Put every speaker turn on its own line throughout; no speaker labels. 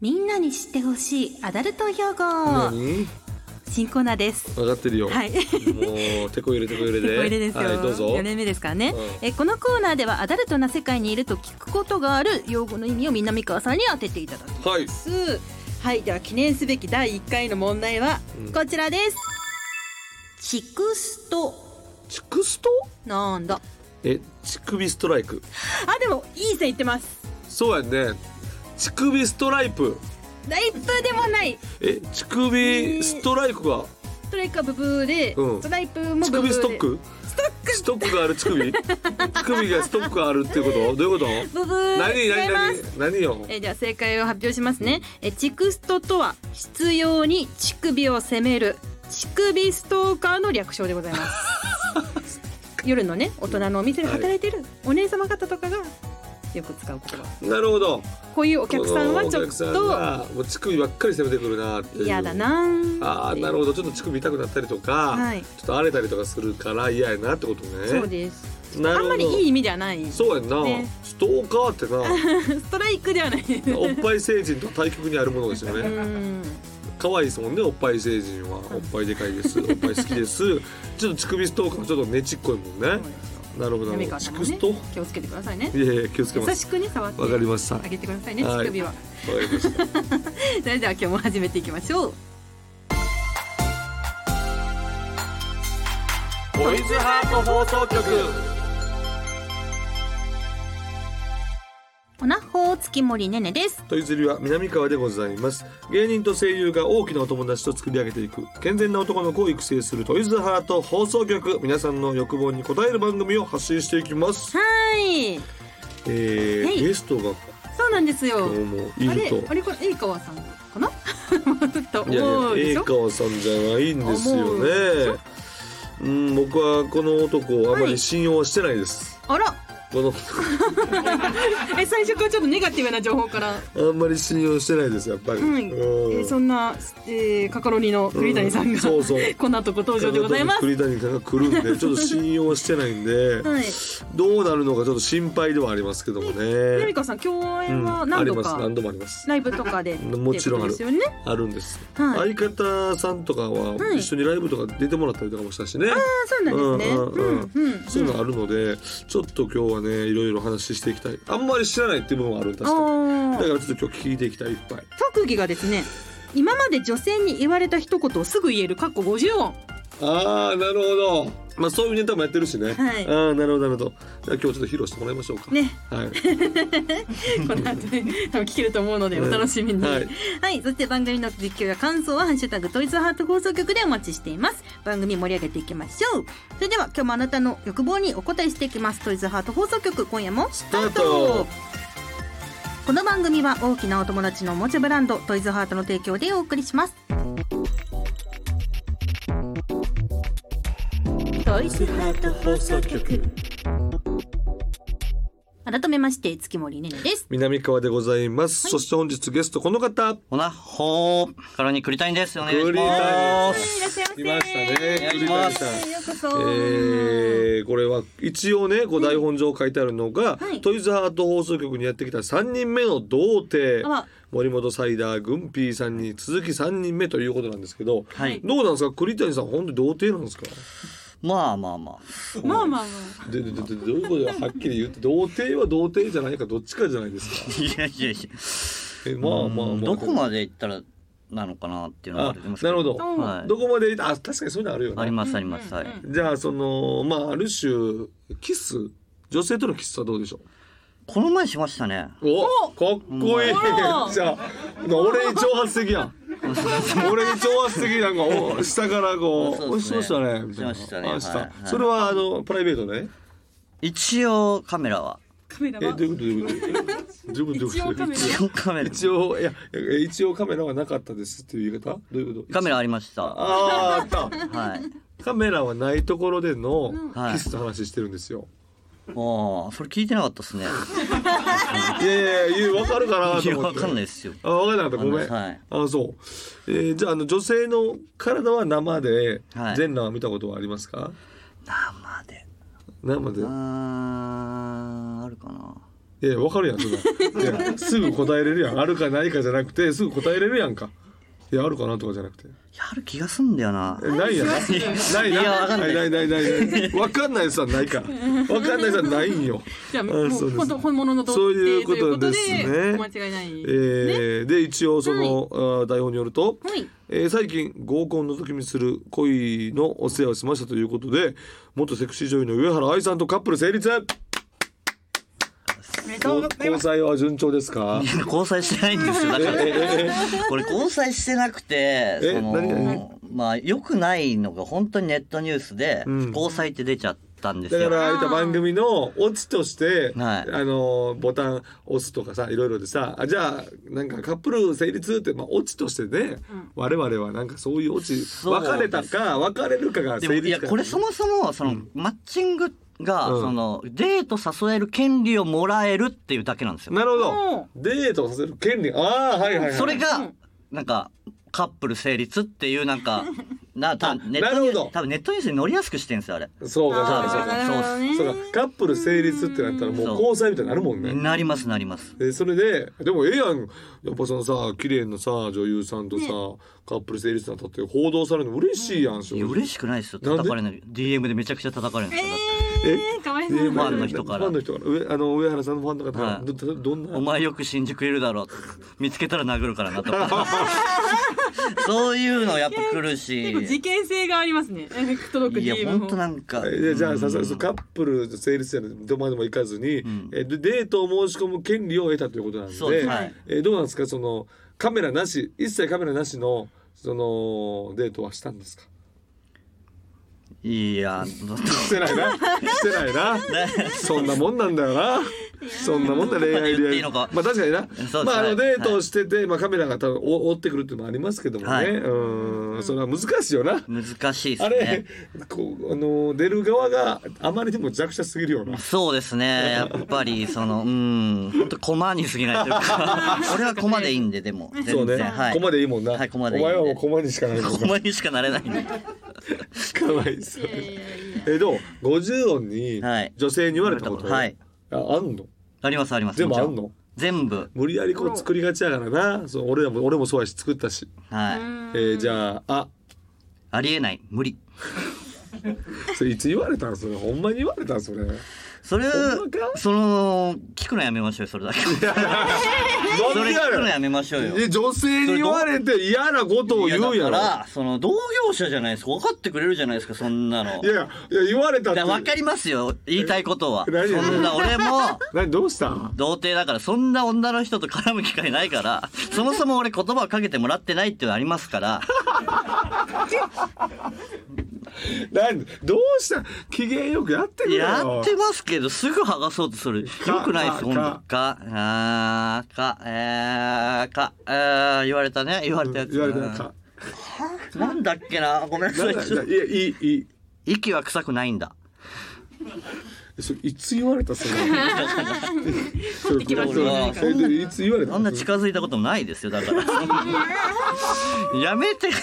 みんなに知ってほしいアダルト用語
何
新コーナーです
分かってるよ、
はい
もう手こ入れ手こ入れで
これですよ、
はいどうぞ
4年目ですからね、
う
えこのコーナーではアダルトな世界にいると聞くことがある用語の意味を南川さんに当てていただきま
はい
すはいでは記念すべき第1回の問題は
うん
こちらです、チクスト
チクスト
なんだ
え乳首ストライク
あでもいい線いってます
そうやんね乳首ストライプ
ライプでもない
え乳首ストライクが
ストライクはブブーで、
うん
ストライプも
乳
ブブー
首
で
ストック
ストック
ストックがある 乳首乳首がストックがあるっていうことどういうこと
ブブー
何
違い
何
ます
何何よ
えー、では正解を発表しますね、えーチクストとは執拗に乳首を責める乳首ストーカーの略称でございます 夜のね大人のお店で働いてるお姉様方とかがよく使う言葉
なるほど
こういうお客さんはちょ
お
っ
客さん
と
がもう乳首ばっかり攻めてくるなっていう
嫌だな
あーなる
ほ
ほどちょっと乳首痛くなったりとか、
はい
ちょっと荒れたりとかするから嫌やなってことね
そうです
なる
あ
ほ
ん
ど
まりいい意味ではないス
そうやんな、
ね
ストーカーってな
トライクでは ない です
おっぱい成人と対極にあるものですよ
う
ね
ん
可愛いですもんねおっぱい成人はおっぱいでか いですおっぱい好きですちょっと乳首ストーカーもちょっとねちっこいもんね
そうですよ
なるほどな
滑
る
川
ほど
さんも
乳首
ね
スト
気をつけてくださいね
いやいや気をつけま
優
す
しくね触って
わかりました
あげてくださいね
はい
乳首は
わかりました
それでは今日も始めていきましょう
ボイズハート放送局
おなほ月森ねねです
トイズリは南川でございます芸人と声優が大きなお友達と作り上げていく健全な男の子を育成するトイズハート放送局皆さんの欲望に応える番組を発信していきます、
はい
えー
はい
ゲストが
そうなんですよ
今日もい
あ
る
れ
と
あれこれ栄川さんか なちょっと
いや
思う
い
で
や
し
栄
ょ
川さんじゃないんです
思
よ
うでしょ
ねうん僕はこの男をあまり信用はしてないです、
あら
この
え最初からちょっとネガティブな情報から、
あんまり信用してないですやっぱり、
うん
うん
えーそんな、えー、カカロニの栗谷さんが、
うんそうそう
こんなとこ登場でございます
栗谷さんが来るんでちょっと信用してないんで、
はい
どうなるのかちょっと心配ではありますけども
南
ね。
川さん共演は
あ
何
り
度
ます
か、
何度もあります。
ライブとかで
もちろんある
っていうことですよね
あるんです。
はい
相方さんとかは
はい
一緒にライブとか出てもらったりとかもしたしね。
ああそうなんですね
うん
う
うん
んうん
そういうのあるので、ちょっと今日はねいろいろ話していきたい。あんまり知らないっていう部分はあるんですけど。
あ
だ
ー
からちょっと今日聞いていきたいいっぱい。
特技がですね今まで女性に言われた一言をすぐ言えるかっこ50音
ああなるほど。まあそういうネタもやってるしね。
はい
ああなるほどなるほど。じゃあ今日ちょっと披露してもらいましょうか。
ね
はい。
この後で多分聞けると思うのでお楽しみに、
は
はい
い、
そして番組の実況や感想は「ハッシュタグトイズハート放送局」でお待ちしています番組盛り上げていきましょうそれでは今日もあなたの欲望にお答えしていきますトイズハート放送局今夜もスター
ス
ト
タート
この番組は大きなお友達のおもちゃブランドトイズハートの提供でお送りしますトイズハート放送局改めまして月森ねねです
南川でございます。そして本日ゲストこの方。
ほな、ほー。カロニ栗谷です。お願いし
栗谷
ま
い
す。
らっしゃいませ
来ましたね。栗
お願
谷
いし
さ
ま
ん
す。
ようこそ、
えーこれは一応ねこう台本上書いてあるのが、
はい
トイズハート放送局にやってきた3人目の童貞
あら
森本サイダーグンピーさんに続き3人目ということなんですけど、
はい
どうなんですか栗谷さん本当に童貞なんですか
まあまあま
まあまあま
ででででどういうことだはっきり言って童貞は童貞じゃないかどっちかじゃないですか
あ。いやいやいや。
えまあまあまあ
うんどこまで行ったらなのかなっていうのはありますけ
あなるほ
ど
はい
どこまであ確かにそういうのあるよ
あり
ね
ますあります。はい。
じゃあそのまあある種キス女性とのキスはどうでしょう
この前しましたね。
おかっこいい
お
じゃあ俺に挑発的や ん俺に挑発的なんかお下からこう「
そう
お
です
し
ね
ましたね」みたいな
しましたね
あし
はいはい
それはあのプライベートね
一応カメラは。
カメラ
え
は
どういうこと どういうことどういうこと
一応カメラ
一応
一応カ
一応
メラ。
いやえ一応カメラはなかったですっていう言い方どういうこと
カメラありました。は
ああーあっ
い。
たカメラはないところでの
はい
キスの話してるんですよ、
ああ、それ聞いてなかったですね。
い、やいやいや分かるかないと
や、
思
わ
って
かんないですよ。
あ分からなかったごめん、
はい
あそう、えー、じゃああの女性の体は生で
はい
全裸は見たことはありますか
生で。
生で
あーあるかな。
いやいやわかるやんそれはいやすぐ答えれるやんあるかないかじゃなくてすぐ答えれるやんかいやあるかなとかじゃなくて
やる気がすんだよな
え。ないやんない
いや
な
わかんない
ないないないないないわかんないさないかわかんないさないんよ
じゃあ、
あ
もう
そうです
本当本物の童
そう
貞
いうこと
ということで
ですね
お間違いない。
えーで一応その、あー台本によると、
はい。
えー最近合コンの時にする恋のお世話をしましたということで元セクシー女優の上原愛さんとカップル成立
おめでとうございま
交
す。
際は順調ですか
いや交際してないんですよ。だ
え
から。
ええ
これ交際してなくて
え
そ
何々
のまあ良くないのが本当にネットニュースで、
うん
交際って出ちゃったんで
だ
す
か
よ。
らああいった番組のオチとして、
はい
あのボタン押すとかさいろいろでさあじゃあなんかカップル成立って、まあ、オチとしてね、我々はなんかそういうオチ
そうです
別れたか別れるかが
でも
成
い
立
や
か
これそもそもその、マッチングが、
うん
そのデート誘える権利をもらえるっていうだけなんですよ。
なるほ
うん
どデートをさせる権利ああはいはいはい
それが、
うん
なんかカップル成立っていうな んかな多分ネッ
な
ト
るほ
ニュ
ど
ース多分ネットニュースに乗りやすくしてんですよあれ。
そうかそうかそう
あ
か
ーなるほどね
そうかカップル成立ってなったらもう
そう
交際みたいになるもんね。
なりますなります。
でそれででもええやんやっぱそのさ綺麗なさ女優さんとさ、カップル成立になったって報道されるの嬉しいやんし
いや嬉しくないですよ
なんで
叩かれない DM でめちゃくちゃ叩かれるんですよ。だって
えー、かわいそう。
フ
ファンの人から
ファンの人から上あの上原さんのファンの方から、
はい
どどどんな
お前よく新宿いるだろう見つけたら殴るからな とかそういうのやっぱ来る
結構事
し
件性がありますね。届く
いや
DM
本
も
当。なんか
えでじゃあさ
うん
さそうカップル成立やのどこまでも行かずに、
ん
えでデートを申し込む権利を得たということなんで
そうですはい
えどうなんですかそのカメラなし一切カメラなしのそのデートはしたんですか
いやどう
してないなしてないなそんなもんなんだよなそんなもんだ恋愛
言っ
で
ていいのか
まあ確かにな
です
まああ
は
の
い
デートをしてて、まあカメラが多分お追ってくるっていうのもありますけどもね、
はいう
ーんそれは難しいよな
難しいで
あ
す
れ
ね、
こうあの出る側があまりにも弱者すぎるような。
そうですねやっぱりそのうん本当駒に過ぎないという か俺は駒でいいんででも全然
そうね、
はい
コマでいいもんな。
はい
お
駒でいいん
前
で
はもうコマにしかないもんな。
駒にしかなれないんで
かわいそう。
いやいやいや
えどう50音に
はい
女性に言われたこと、
はい
ああんの
ありますあります
全部あん
もちろん
の
全部
無理やりこう作りがちやからなそう俺らも俺もそうやし作ったし、
はい、
えーじゃああ
ありえない無理
それいつ言われたんそれほんまに言われたんそれ
それ
ほんまか
その聞くのやめましょうよそれだけはそ
何
れ
で
聞くの
や
や
る
めましょうよ
え女性に言われて嫌なことを言うん
い
やろ
だからその同業者じゃないですか分かってくれるじゃないですかそんなの
いやいやいや言われたっ
だか
て
ら分かりますよ言いたいことは
え
そ
何
んな俺も
何どうしたん
童貞だからそんな女の人と絡む機会ないからそもそも俺言葉をかけてもらってないっていうのありますから
なんどうした機嫌よくやってくれよ
やってますけどすぐ剥がそうとするよくないです
か
ほんとかあーかえーかえー言われたね言われたやつ
言われたなんか
なんだっけなごめんなさい
なんだいやいいいい
息は臭くないんだ
それいつ言われた それそれ
きました
ね
それでいつ言われた
そんな近づいたこともないですよだから やめてや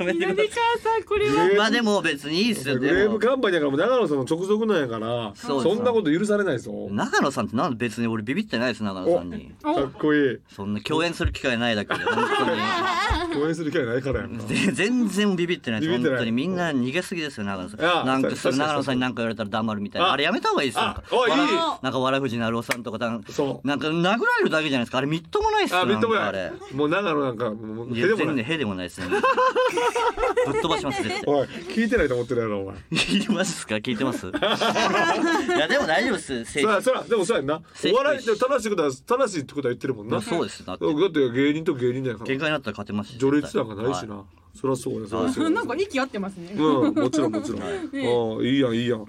めてくださ
南川
い
さんこれ
グレー
は
プ
まあでも別にいいですよ
グ
で
レー
も
プカンパニーだからもう長野さんの直属なんやから
そう
そ
です
んなこと許されないぞ
長野さんってなんで別に俺ビビってないです長野さんに
かっこいい
そんな共演する機会ないだけで本
応援する機会ないからやんか
当にで全然ビビってないです
ビビっ
本
てない
当にみんな逃げすぎですよ長野さん
いや
なんかそれ
確かに
長野さんに何か言われたら黙るみたいな
あ
あれやめた方がいいですよなん
あ
か
おいいい
なんかわらふじなるおさんとかなん
そ
なんか殴られるだけじゃないですかあれみっともないっすよ
あみっとも
なんかあ
な
れ
いもう長野なんかもう
い
手
や
でも
全
な
然
い
屁でもないですね ぶっ飛ばします絶対
おい聞いてないと思ってるやろお前
聞いてますか聞いてます いやでも大丈夫です正
そらそ
直
らでもそうやんな
正
お
義
笑いって正しいことは正しいってことは言ってるもんな
そうですだって
だって芸人と芸人だか
喧嘩
ら
になったら勝てますし
序列なんかないし
は
なそりゃそうやそりゃそうや
なんか息合ってますね。
うん、もちろんもちろん。ああ、いいやんいいやん。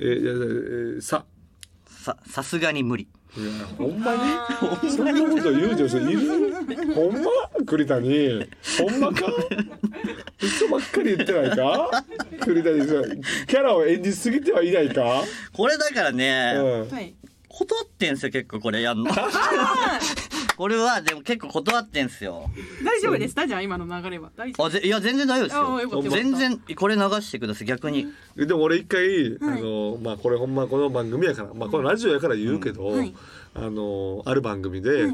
え、いやいやえさ、
ささすがに無理
いやほんまに、そんなこと言う女性いる？ほんま、栗谷、ほんまか？嘘ばっかり言ってないか？栗谷さん、キャラを演じすぎてはいないか？
これだからね、
うん。
はい。
断ってんすよ結構こ れやんのこれはでも結構断ってんすよ
大丈夫でしたじゃあ今の流れは。大丈夫。
あぜいや全然大丈
あ
夫
よ
で
かった
す
よか
よ
った
全然これ流してください逆に
でも俺一回、あのまあこれほんまこの番組やからまあこのラジオやから言うけど、
んはい
あのある番組で、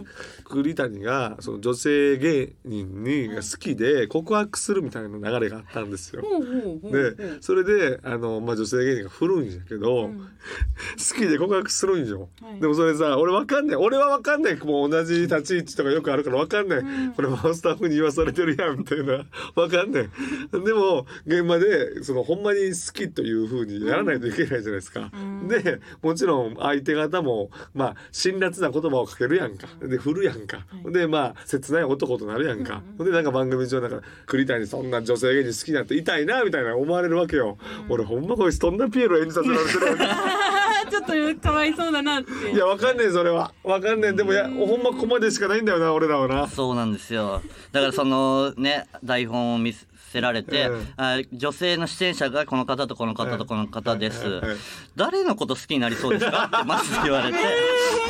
栗谷がその女性芸人にが好きで告白するみたいな流れがあったんですよ。
ほうほうほうほう
でそれであの、まあ、女性芸人が古いんやけど、
うん
好きで告白するんよ、
はい
でもそれさ俺わかんない俺はわかんないもう同じ立ち位置とかよくあるからわかんない、
ん
これはスタッフに言わされてるやんみたいな わかんないでも現場でそのほんまに好きというふうにやらないといけないじゃないですか、
うん
でもちろん相手方もまあ辛辣な言葉をかけるやんかで振るやんか、
はい
でまあ切ない男となるやんか、でなんか番組上なんか栗谷そんな女性芸人好きなんて痛いなみたいな思われるわけよ、俺ほんまこいつどんなピエロ演じさせられてるわけ
あーちょっとかわいそうだなって
いやわかんねえそれはわかんねえでもいやほんまコマでしかないんだよな俺らはな
そうなんですよだからそのね台本を見せられて、
うん
あ女性の出演者がこの方とこの方とこの方です、
うんうん
誰のこと好きになりそうです かってまず言われて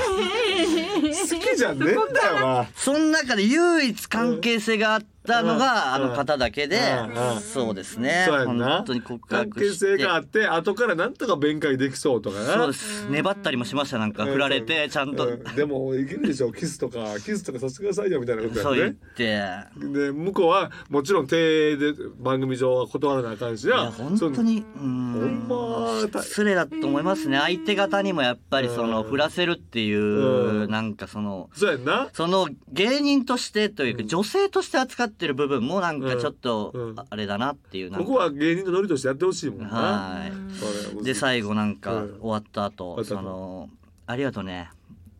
好きじゃねえんだよな
その中で唯一関係性があったのがあ
うん
の方だけで、
うんうん
そうですね
そうやんな
本当に告
関
白
係
し
性
て
があって後からなんとか弁解できそうとかな
そうです粘ったりもしましたなんか
うん
振られてちゃんと、
うでもいけるでしょキスとかキスとかさせてくださいよみたいなこと
そう
だ
言
よ
っ
ね
て。
で向こうはもちろん定で番組上は断らなあかんし
い や
な
本当にうーん
ほんまた
失礼だと思いますね相手方にもやっぱりその
うん
振らせるっていううんなんかその
そそうやんな
その芸人としてというか女性として扱ってる部分もなんかちょっ
うんう
と
ん
あれだなっていうなん
こ
か
こは芸人のノリとしてやってほしいもんな
は
それはも
いうで最後なんか
うん
終わった
終わ
後
った
そ
後
のありがとうね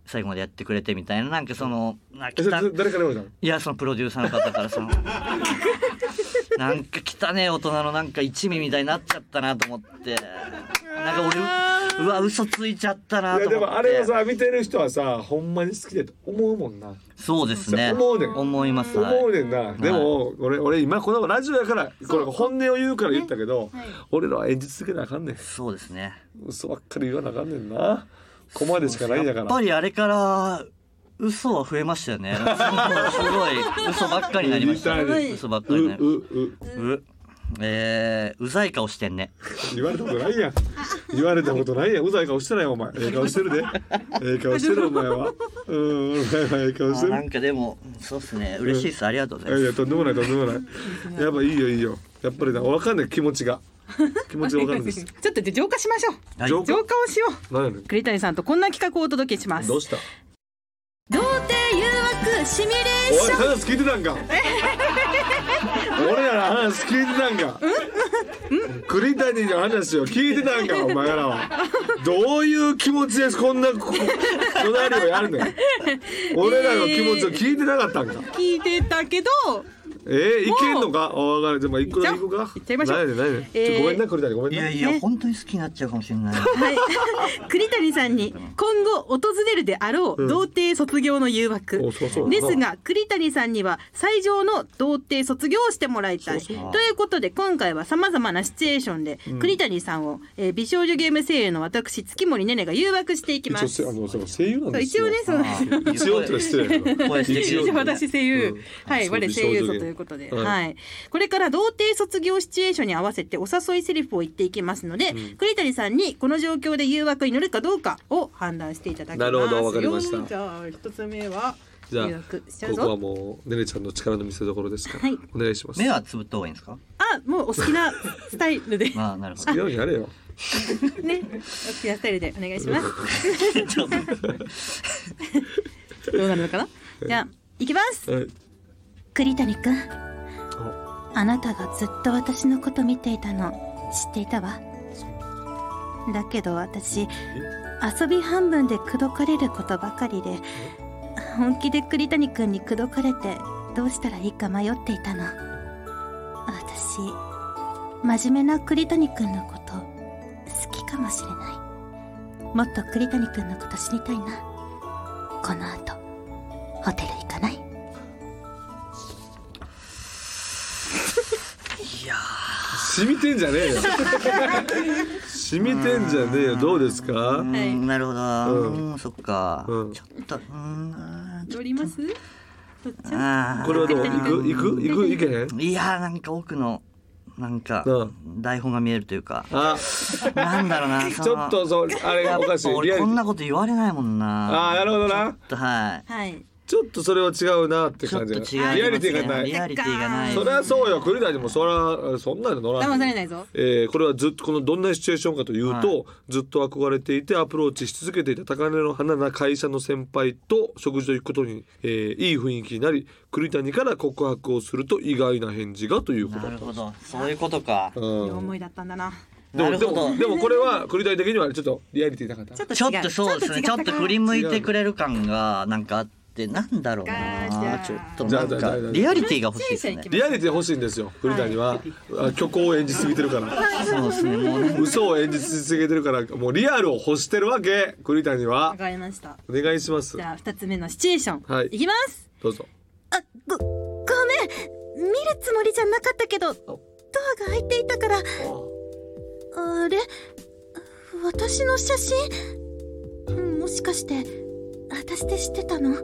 最後までやってくれてみたいななんかそのなん
え
か
そ
汚
れ誰から言われたの
いやそのプロデューサーの方からそのなんか汚ねえ大人のなんか一味みたいになっちゃったなと思ってなんか俺ううわ嘘ついちゃったない
や
と
で
思って
もあれはさ見てる人はさほんまに好きだと思うもんな
そうですね
思うねん
思いますはい
思うねんなでも俺俺今このラジオやからこれ本音を言うから言ったけど
はい
俺らは演じ続けなあかんねん
そうですね
嘘ばっかり言わなあかんねんなコマでしかないんだ
や
か
っ
ら
ぱりあれから嘘は増えましたよねすごい嘘ばっかりになりました
うるさい
です
嘘ばっか
う
り
う
になりまし
う
たうえー、うざい顔してんね
言われたことないやん言われたことないやんうざい顔してないよお前ええ顔してるでええ顔してるお前はうんお前はええ顔
あ
して
な
る
んかでもそうですね嬉しいですありがとうございま
い
す
やとんでもないとんでもないやっぱいいよいいよやっぱりな分かんない気持ちが気持ちが分かるんです
ちょっとじゃあ浄化しましょ
はいう
浄
う浄化をしよう
何やねん
栗谷さんとこんな企画をお届けします
どうした
童貞誘惑シミュレー
おい
ション
話聞いてたんか 俺らの話聞いてたんか栗谷の話を聞いてたんかお前らはどういう気持ちでこんなこそなりをや るのよ俺らの気持ちを聞いてなかったんか
聞いてたけど
えー、いけんのかお分かるじゃあまあ一個だけ行くか
いっちゃいましょう
ないでないで、
えー
ちょごめんな栗谷ごめん
い
な
やいや本当に好きになっちゃうかもしれない
はい 栗谷さんに今後訪れるであろう童貞卒業の誘惑、
おそうそう
ですが栗谷さんには最上の童貞卒業をしてもらいたい。ということで今回はさまざまなシチュエーションで栗谷さんを、えー美少女ゲーム声優の私月森ねねが誘惑していきま
一応
す。
せあ
そう
のその声優なんです
一
よ
応ねそうです
一応ってのは失礼だけ ど
声して
一
一
応
応
私声優、
うん
はい
そう
我
美少
声
女
優
ゲー
と
ム
ということで、
はい
はいこれから童貞卒業シチュエーションに合わせてお誘いセリフを言っていきますので、栗谷さんにこの状況で誘惑に乗るかどうかを判断していただきます
なるほどわかりました
じゃあ一つ目は
じゃあ
誘惑しちゃう
こ
ぞ
こはもうねねちゃんの力の見せ所ですから、
はい
お願いします
目はつぶった方がいいんですか
あもうお好きなスタイル でね
まあなるほ
好きなようにやれよ
お好きなスタイルでお願いします
どちょっと
どうなるのかなじゃあ行きます
はい
栗谷くんあなたがずっと私のこと見ていたの知っていたわだけど私遊び半分で口説かれることばかりで本気で栗谷くんに口説かれてどうしたらいいか迷っていたの私真面目な栗谷くんのこと好きかもしれないもっと栗谷くんのこと知りたいなこの後ホテル行かない
染みてんじゃねえよ染みてんじゃねえよどうですか
う
はい
んなるほど、
ん
うんそっか、
うん
ちょっとうーん
乗ります取っちゃう
あー
これはどう行く行く行く行けへん
いやーなんか奥のなんか
う
台本が見えるというか
あ
なんだろう なそ
ち
の
ょっとそうあれおかし
やっぱ
いリアリ
俺こん
ティ
なこと言われないもんな
あーなるほどな
ちょっとは
はい。
ちょっとそれは違うなって
いちょっ
感
と
じ
違い
が
ます
リ
ね
アリティがな
リ
い
アリティがない
そりゃそうよ栗谷もそりゃそんなの乗らない
騙されないぞ。
えーこれはずっとこのどんなシチュエーションかというと、ずっと憧れていてアプローチし続けていた高嶺の花な会社の先輩と食事と行くことに、えーいい雰囲気になり栗谷から告白をすると意外な返事がということ
な
だ
る
った
ほどそういうことか
い
うん
い思いだったんだな。
で
な
も
る
で
ほ
も
ど
でもこれは栗谷的にはちょっとリアリティなかった
ちょっと違う。
ちょっとそうですねちょっと振り向い
違
て
う
くれる感がなんかあってなんだろうな
ガー
ち
シ
ょっ
ャー
となん
じゃあ
か
じゃあ
リアリティが欲しいですね
リアリティ欲しいんですよ栗谷は、あ虚構を演じすぎてるから
そうですねもうね
嘘を演じすぎてるからもうリアルを欲してるわけ栗谷は
わかりました。
お願いします
じゃあ二つ目のシチュエーション。
はい
いきます。
どうぞ
あごごめん見るつもりじゃなかったけどドアが開いていたからあれ私の写真もしかして私って知ってたのあ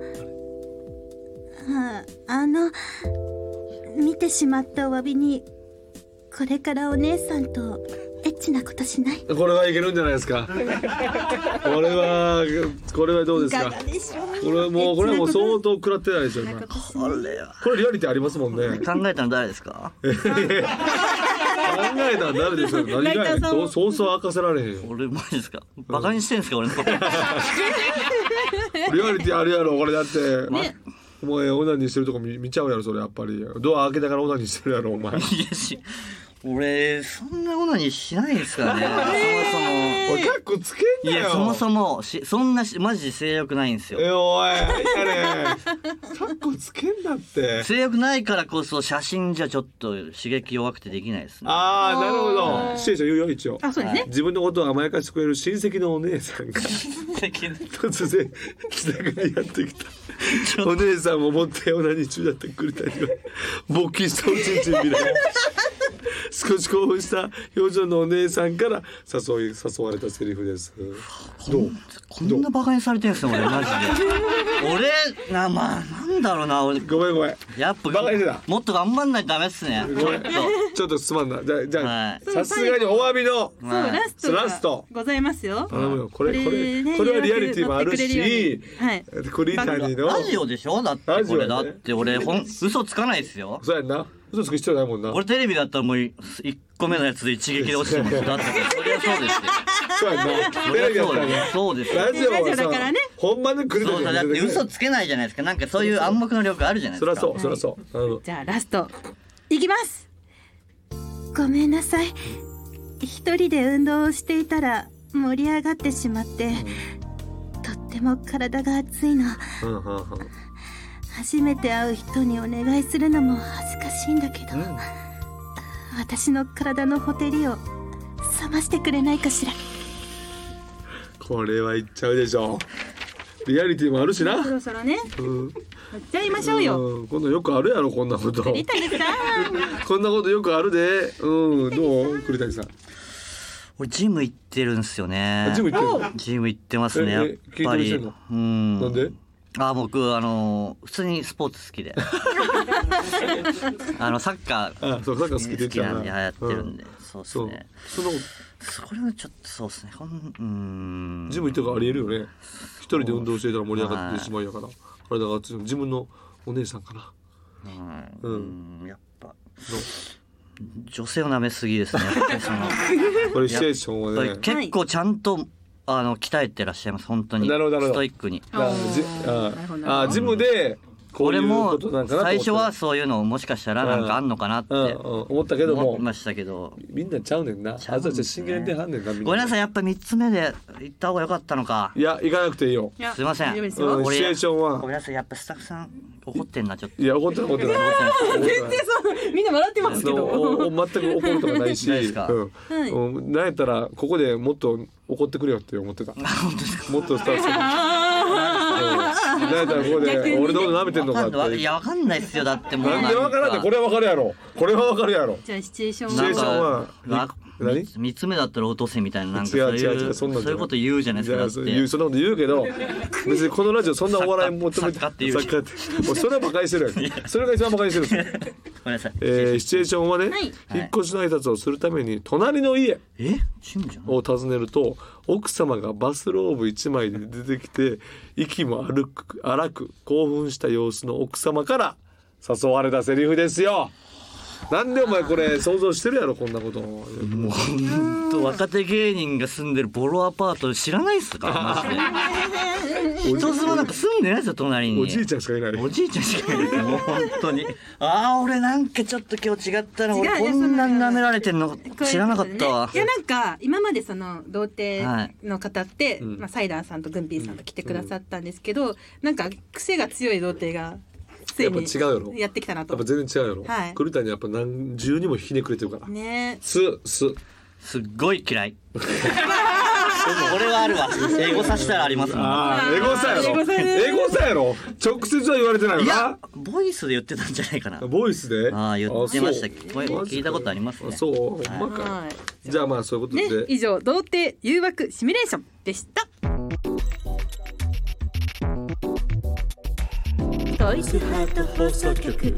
あの見てしまったお詫びにこれからお姉さんとエッチなことしない
これはいけるんじゃないですか。これは、これはどうですか。これはもう、これはもう相当食らってないですよ。今
これは
これリアリティありますもんね。考
考えたの誰ですか
えたら誰でしょう。何が
ライ
や、
ターさん
そ
も
う、そうそう明かせられへんよ。
俺マジですかバカにしてんですか俺のこと
リアリティあるやろ、これだって。
ね、
お前、オナニーしてるとこ見見ちゃうやろ、それ、やっぱり。ドア開けながらオナニーしてるやろ、お前。
いやし俺そんなことにしないですから ねそもそも
おい、カッコつけん
い
なよ。
やそもそもしそんなしマジ性欲ないんです
え、
よ
おい、やね。カッコつけんなって。
性欲ないからこそ写真じゃちょっと刺激弱くてできないで すね
ああ、なるほど。シチュエーション言うよ、一応。
あ、そうですね。
自分のことを甘やかしてくれる親戚のお姉さんが突然自宅にやってきたお姉さんを持ってオナニー中だった栗谷が勃起したおちんちん見られ少し興奮した表情のお姉さんから誘い誘われたセリフですどう
こんなバカにされてんすよ 俺マジで俺なまあなんだろうな俺
ごめんごめん
やっぱ
バカにしてた
もっと頑張んないとダメっすね
ごめんちょっとすまんなじゃあじゃあ
はい
さすがにお詫びの
そう
はい
ラストが
ラスト
ございますよ。
頼むよこれこれ
ね
これはリアリティもある
喜んで
し
くれるようにはい。
栗谷の
ラジオでしょだって
ラジ
こ
オ
れ
ね
だって俺ほん嘘つかないですよ
そうやんな嘘つく必要ないもんな
俺テレビだったらもう1個目のやつで一撃で落ちてますよだってそりゃそうですよ
そうやんな
そ
テ
り
レビ
ゃ
やっ
そ
た
う
ら
で
ね
すそうですよ
ラジオは
ラジオだから
さ
ね、
ほんまに来る
そうだだって嘘つけないじゃないですかなんかそういう暗黙の了解あるじゃない
そ
で
り
す
ゃ
か
そう、そりゃそう。頼む
じゃあラストいきます。
ごめんなさい一人で運動をしていたら盛り上がってしまってとっても体が熱いの
うんうんうん
初めて会う人にお願いするのも恥ずかしいんだけど、私の体のほてりを冷ましてくれないかしら
これはいっちゃうでしょリアリティもあるしな。
そろそろね、
うん
やっちゃいましょうよ。
うんこんなんよくあるやろ、こんなこと。
リタリさん。
こんなことよくあるで。うん、どう栗谷さん。
俺ジム行ってるんですよね
ジム行ってる
ジム行ってますね
え
やっぱ
え
り
筋トレしてんの
うん
なんで
あ僕あの普通にスポーツ好きであのサッカー
あ、そう、サッカー好きで言
好
っ
き
てた
なんで流行ってるん
で。
でそうっす
そう
ね。
その
これはちょっとそうっすねほんうん
ジム行ったからありえるよね。一人で運動していたら盛り上がってしまいやから。体が熱いの。自分のお姉さんかな。
う
うん
うんやっぱ
どう
女性を舐めすぎ ですねやっぱりその
これシチュエーションをね。
結構ちゃんとあの鍛えてらっしゃいます本当に
なるほどなるほど
ストイックに
だからじあああジムでこうい
俺
う
も
ことなんかなと思った
最初はそういうのもしかしたらなんかあんのかなって
うんうん思ったけど
思
も
いましたけど
みんなちゃうねんなあ
ちゃうんです
ず
ね
たち真剣ではんねんなみんな
ごめんなさいやっぱ3つ目で行った方が良かったのか
いや行かなくていいよ
いや
すいません
大丈夫です
う
よ。
んシチュエーションは
ごめんなさいやっぱスタッフさん怒ってんなちょっと
いや怒ってない怒ってない
怒ってない
全然そう。 みんな笑ってますけ
その
ど。
おお全く怒るとかないし
ないですか
はい
うんうんなんやったらここでもっと怒ってくれよって思ってた も
本当ですか
っとスタッフさんに
あ
うんなんやったらここで
逆に
俺のこと舐めてんのか
わか
っ
んないい
て
やわかんないっすよだってもう
なんでわからんってこれはわかるやろこれはわかるやろ
ーじゃあシチュエーション
シチュエーションは
なんかわ
何
三つ目だったら落とせみたいななんかそう
違う違う
い
違
う
うそ
そ
ん
う
なんじゃない
いうこと言うじゃない
い
ですかだ
や
って
そう言うそんなこと言うけど別にこのラジオそんなお笑い求めて
作家っていう
作家ってもうそれは馬鹿にしてるやんそれが一番馬鹿にしてる
ごめんなさい
えーシチュエーションはね、
はい
引っ越しの挨拶をするために隣の家
えチンじゃん
を訪ねると奥様がバスローブ一枚で出てきて息も荒く荒く興奮した様子の奥様から誘われたセリフですよなんでお前これ想像してるやろこんなこと
もう本当若手芸人が住んでるボロアパート知らないっすかマジで人妻なんか住んでないっすよ隣に
おじいちゃんしかいない
おじいちゃんしかいないですよもう本当にああ俺なんかちょっと今日違ったな
違うね
俺こんなに舐められてんの知らなかったわ
いやなんか今までその童貞の方って、
ん
まあ、サイダーさんとグンピーさんと来てくださったんですけど、なんか癖が強い童貞がつい
やっぱ違うやろ
にやってきたな
やっ
と
ぱ。全然違うやろ、
はい
栗谷やっぱ何重にもひねくれてるから、
ね
すす
すっごい嫌 い俺はあるわ英語さしたらありますもん
あーエゴサやろ
エゴサです
エゴサやろ直接は言われてないよ
いや
な
ボイスで言ってたんじゃないかな
ボイスで
ああ言ってましたっけ
そう
声聞いたことありますね
あそうほんま
え。
か
はい。
じゃあまあそういうこと
ね
で、、
以上童貞誘惑シミュレーションでした。トイズハート放送局。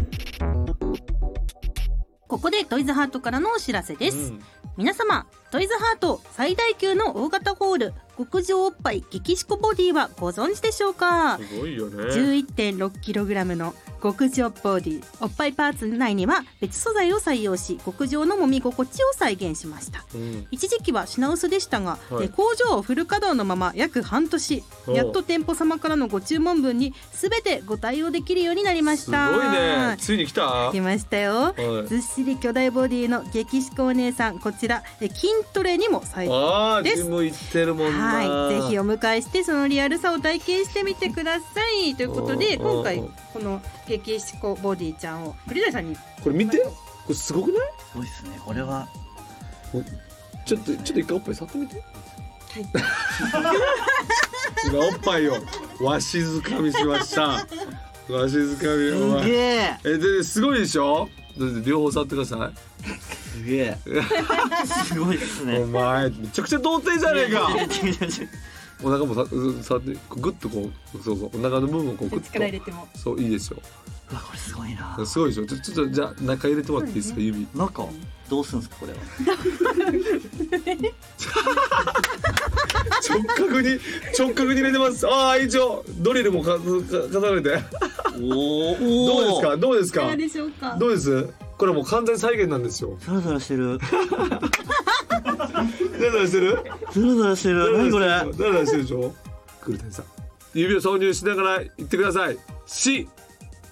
ここでトイズハートからのお知らせです。
うん
皆様トイズハート最大級の大型ホール極上おっぱい激しこボディはご存知でしょうか
すごいよね
11.6kg の極上ボディおっぱいパーツ内には別素材を採用し極上の揉み心地を再現しました
うん
一時期は品薄でしたが、
はい
え工場をフル稼働のまま約半年
おう
やっと店舗様からのご注文分に全てご対応できるようになりまし
す
た
ごいねついに来た
来ましたよ、
はい
ずっしり巨大ボディの激しこお姉さんこちらえ筋トレにも最高
ああ
です
ジム行ってるもんな
はい、ぜひお迎えしてそのリアルさを体験してみてくださいということで
おー
今回
おー
この激しこボディちゃんを栗谷さんに
これ見てこれすごくない
すごいっすねこれは
ちょっとちょっと一回おっぱい触ってみて今おっぱいをわしづかみしましたわしづかみお
す
前
げえ
えですごいでしょだって両方触ってくださ
すげえすごいっす
い
ね
お前めちゃくちゃ童貞じゃねえか
違う違う違 う
お腹もさう触ってグッとこうそうそうお腹の部分をこうグ
力入
ッ
れ
と
ても
そういいですよ
うわこれすごいな
すごいでしょちょちょっとじゃあ中入れてもらっていいですか指
中どうすんすかこれは
直角に直角に入れてますああ一応ドリルもかか重ねて
おー
どうです
お
かどうです
いか
か
がでしょうか
どうですこれもう完全再現なんですよ
ザラザラしてる
ダラダラしてる
ザラザラしてる何これ
ダラダラしてるでしょ栗谷さん指を挿入しながら言ってくださいし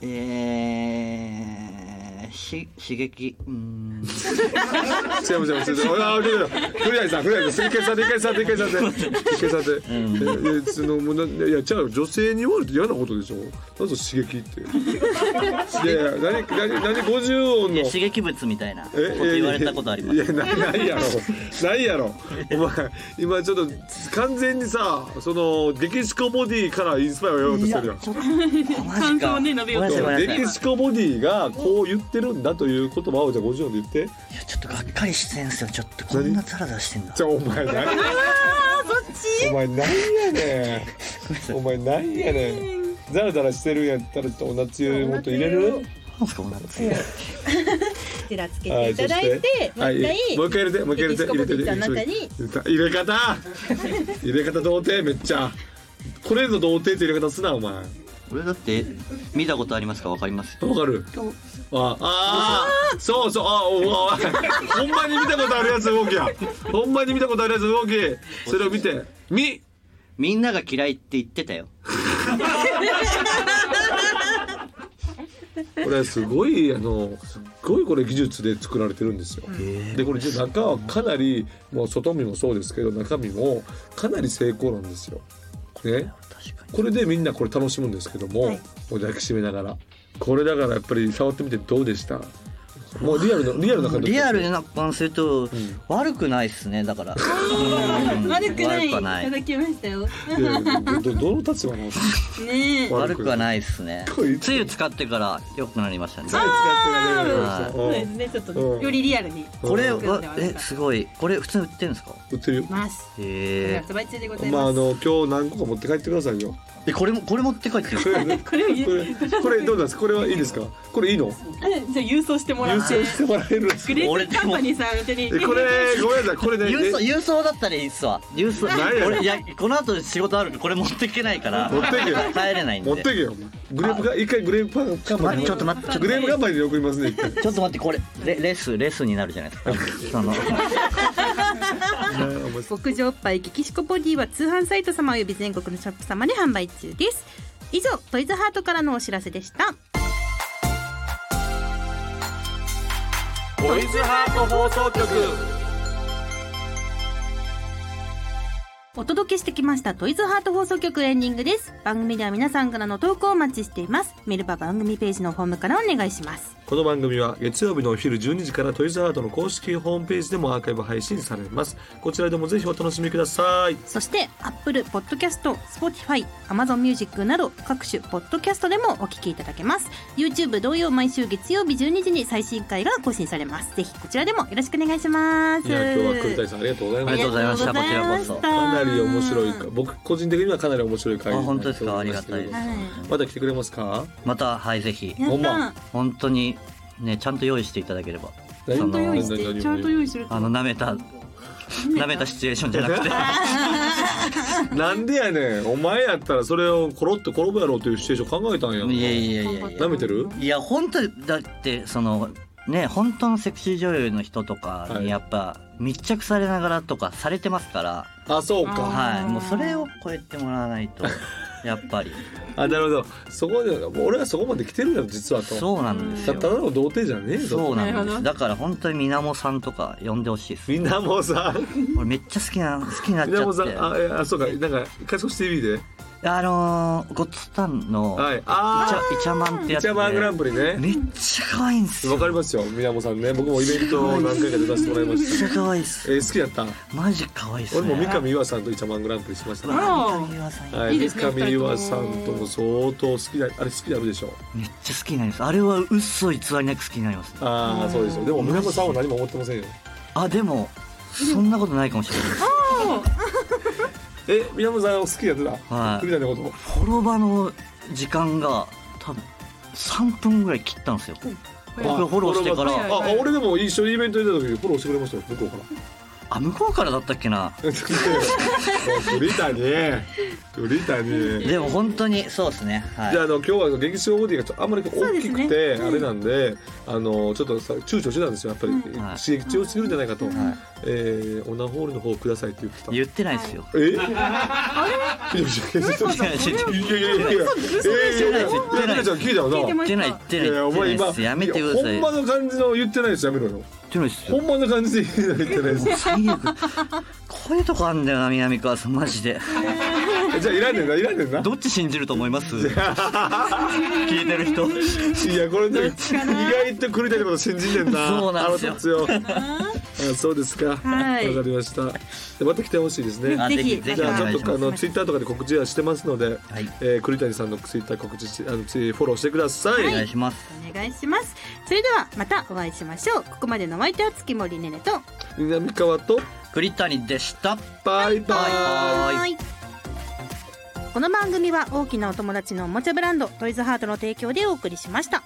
えーし刺激うーん
違う違う違う違うああ違う違う栗谷さん栗谷さん一回さんで一回さんで一回さんで一回さんで
ん
ええそのもうないや違う女性に言われて嫌なことでしょなんと刺激 っていやいや何何何五十音
い
の
や刺激物みたいなこと
ええ
言われたことあります
いやないないやろないやろお前今ちょっと完全にさその激しこボディからインスパイアをやろうとしてるやん
感
想をね述べようと
ごめんなさいごめん
激
なさ
しこボディがこう言ってるんだという言葉をじゃあ50音で言って
いいやちょっとがっかりしてんすよちょっとこんなザラザラしてんだ
じゃあお前何お前何やねんお前何やねんザラザラしてるんやったらちょっとお夏湯もっと入れる
なんすかこんなの
こちらつけていただいて、も
は
う
い
一回、
もう一回入れてもう一回入れて
メキシコボディちゃんの中に
入れて入れ方入れ方童貞めっちゃこれぞ童貞って入れ方すなお前わ
俺だって見たことありますかわかります
かるあああそうそうあおおおいほんまに見たことあるやつ動きやほんまに見たことあるやつ動きそれを見てみ
みんなが嫌いって言ってたよ
これすごいあのすっごいこれ技術で作られてるんですよ。でこれ中はかなりもう外見もそうですけど中身もかなり成功なんですよ。ね、
確かに
これでみんなこれ楽しむんですけども、
はい
もう抱きしめながらこれだからやっぱり触ってみてどうでした？もうリアルのリアルな感じ
リアルな感じすると悪くないっすねだから、うん
悪くない
悪くはない
いただきましたよ。
いやいやどどどの立場なんですか
ねえ。
悪くはないっすね
こいつ
つゆ使ってから良くなりましたね
使って
あーそう
や
で
れ
すね。ちょっと
うん
よりリアルに
これ
うん
はえすごいこれ普通に売ってるんですか
売ってるよ
ます。
へえ
発売中でござい
まああ
ます。
の今日何個か持って帰ってくださいよ
えこれもこれ持って帰ってるんです
こ
か
れね
これをゆ
これ これどうなんですかこれはいいですかこれいいの
じゃあ郵送してもら
郵
って。
送してもらえるんです
グ
か
レースカンパニーさん宛てに。
えこ れごめんなさいこれね
郵送
ね
郵送だったらいいっすわ郵送
ないよ
俺いやこの後仕事あるからこれ持っていけないから
持ってけよ
帰れないんで
持ってけよグレープが一回グレープカンパニーに
ちょっと待ってちょっと待って
グレープカンパニーに送りますね一 回
ちょっと待ってこれレレスレスになるじゃない ですかその
ねお前
極上おっぱい激しこボディは通販サイト様および全国のショップ様で販売中です以上トイズハートからのお知らせでした
トイズハート放送局
お届けしてきましたトイズハート放送局エンディングです番組では皆さんからの投稿をお待ちしていますメールは番組ページのフォームからお願いします
この番組は月曜日のお昼12時からトイズハートの公式ホームページでもアーカイブ配信されますこちらでもぜひお楽しみください
そして Apple Podcast、Spotify、Amazon Music など各種ポッドキャストでもお聞きいただけます YouTube 同様毎週月曜日12時に最新回が更新されますぜひこちらでもよろしくお願いします
いや今日は栗谷さんありがとうござい
あ
まし
りがとうございましたこ
あ
ちらこそ
りがとうございました
たかなり面白いか僕個人的にはかなり面白い回
あ本当ですかありがたいです
はい
また来てくれますか
またはいぜひ
や
ほん
っ
ま
た
本当にねちゃんと用意していただければ
何
ちゃんと用意
し
何
て
何
ちゃんと用意する
あの舐めた舐めたシチュエーションじゃなくて
なんでやねんお前やったらそれをコロッと転ぶやろうというシチュエーション考えたんや
いやいやいやいや
舐めてる
いや本当にだってそのね本当のセクシー女優の人とか
はい
にやっぱ密着されながらとかされてますから、
あそうか
あ
は
ー
い、もうそれを超えてもらわない とやっぱり
あなるほどそこで俺はそこまで来てるやろ実はと
そうなんです
た
よ
っただの童貞じゃねえぞ
そう
な
なん
る
で
ほど
すだから本当にみなもさんとか呼んでほしいです
みんなもうさ
俺めっちゃ好きな好きになっち
稲
ゃ
本さ
っ
ん
て
あ
あ
えあそうかなんか「賢し TV で」
のー、ゴッツタンの、、
はいいあ
イチャマンって
あイ
やつ
チ
で
ャマングランプリね
めっちゃ可愛いんですよ
わかりますよ稲本さんね僕もイベントを何回か出させてもらいました
すごいっす
えー好きやった
マジ可愛いっすね
俺も三上岩さんとイチャマングランプリしましたね
あら
三上岩さん
はいい
いですね
三上
二
岩
人
さ
と
ん
も
とも相当好きだあれ好きなるでしょ
めっちゃ好きになりますあれは嘘偽りなく好きになります
ああそうですよでも南さんは何も思ってませんよ
あでもそんなことないかもしれないです
え南さん好きやって
は
た
い
栗谷のこと
フォロバの時間が多分3分ぐらい切ったんですよ僕フォローしてから
ああ俺でも一緒にイベントに出た時フォローしてくれましたよ向こうから
あ向こうからだったっけな
栗谷栗谷
でも本当にそうですねは
じゃあ
い
あの今日は劇場ボディがちょっとあんまり大きく
そう
てあれなんであのちょっとさ躊躇してたんですよやっぱり
はい
刺激強すぎるんじゃないかと
はい
えーオナホールの方くださいって言ってた
言ってないですよ
えいやいや
いやいやい
い
や
やいやいやいやいやいやいやちゃん聞いたよな
聞いてま
言ってない言ってない
いや
言
お
って
前
ない
今
っすやめてください
や
言
ほ
っ
んまの感じの言ってないですやめろよ
てないっす
ほ
よ
んまの感じで言ってない言ってないです
最悪こういうとこあんだよな南川さんマジで
じゃあいらんねんないらんねんな
どっち信じると思います聞いてる人
いやこれね意外と栗谷のこと信じてんな
そうなんですよ
腹立つよあそうですかわか
はい
りましたでまた来てほしいですね
あ
ぜ
ぜ
ひ
ひぜひ
じ
お
ゃあ
願
ちょっ
いし
と
ま
あ
す
のツイッターとかで告知はしてますので
はい
えー栗谷さんのツイッター告知しあのツイフォローしてくださ
お願い
い
します
お願いしますそれではまたお会いしましょうここまでのお相手は月森ねねと
南川と
栗谷でした
バイバイ
は
はいこの番組は大きなお友達のおもちゃブランドトイズハートの提供でお送りしました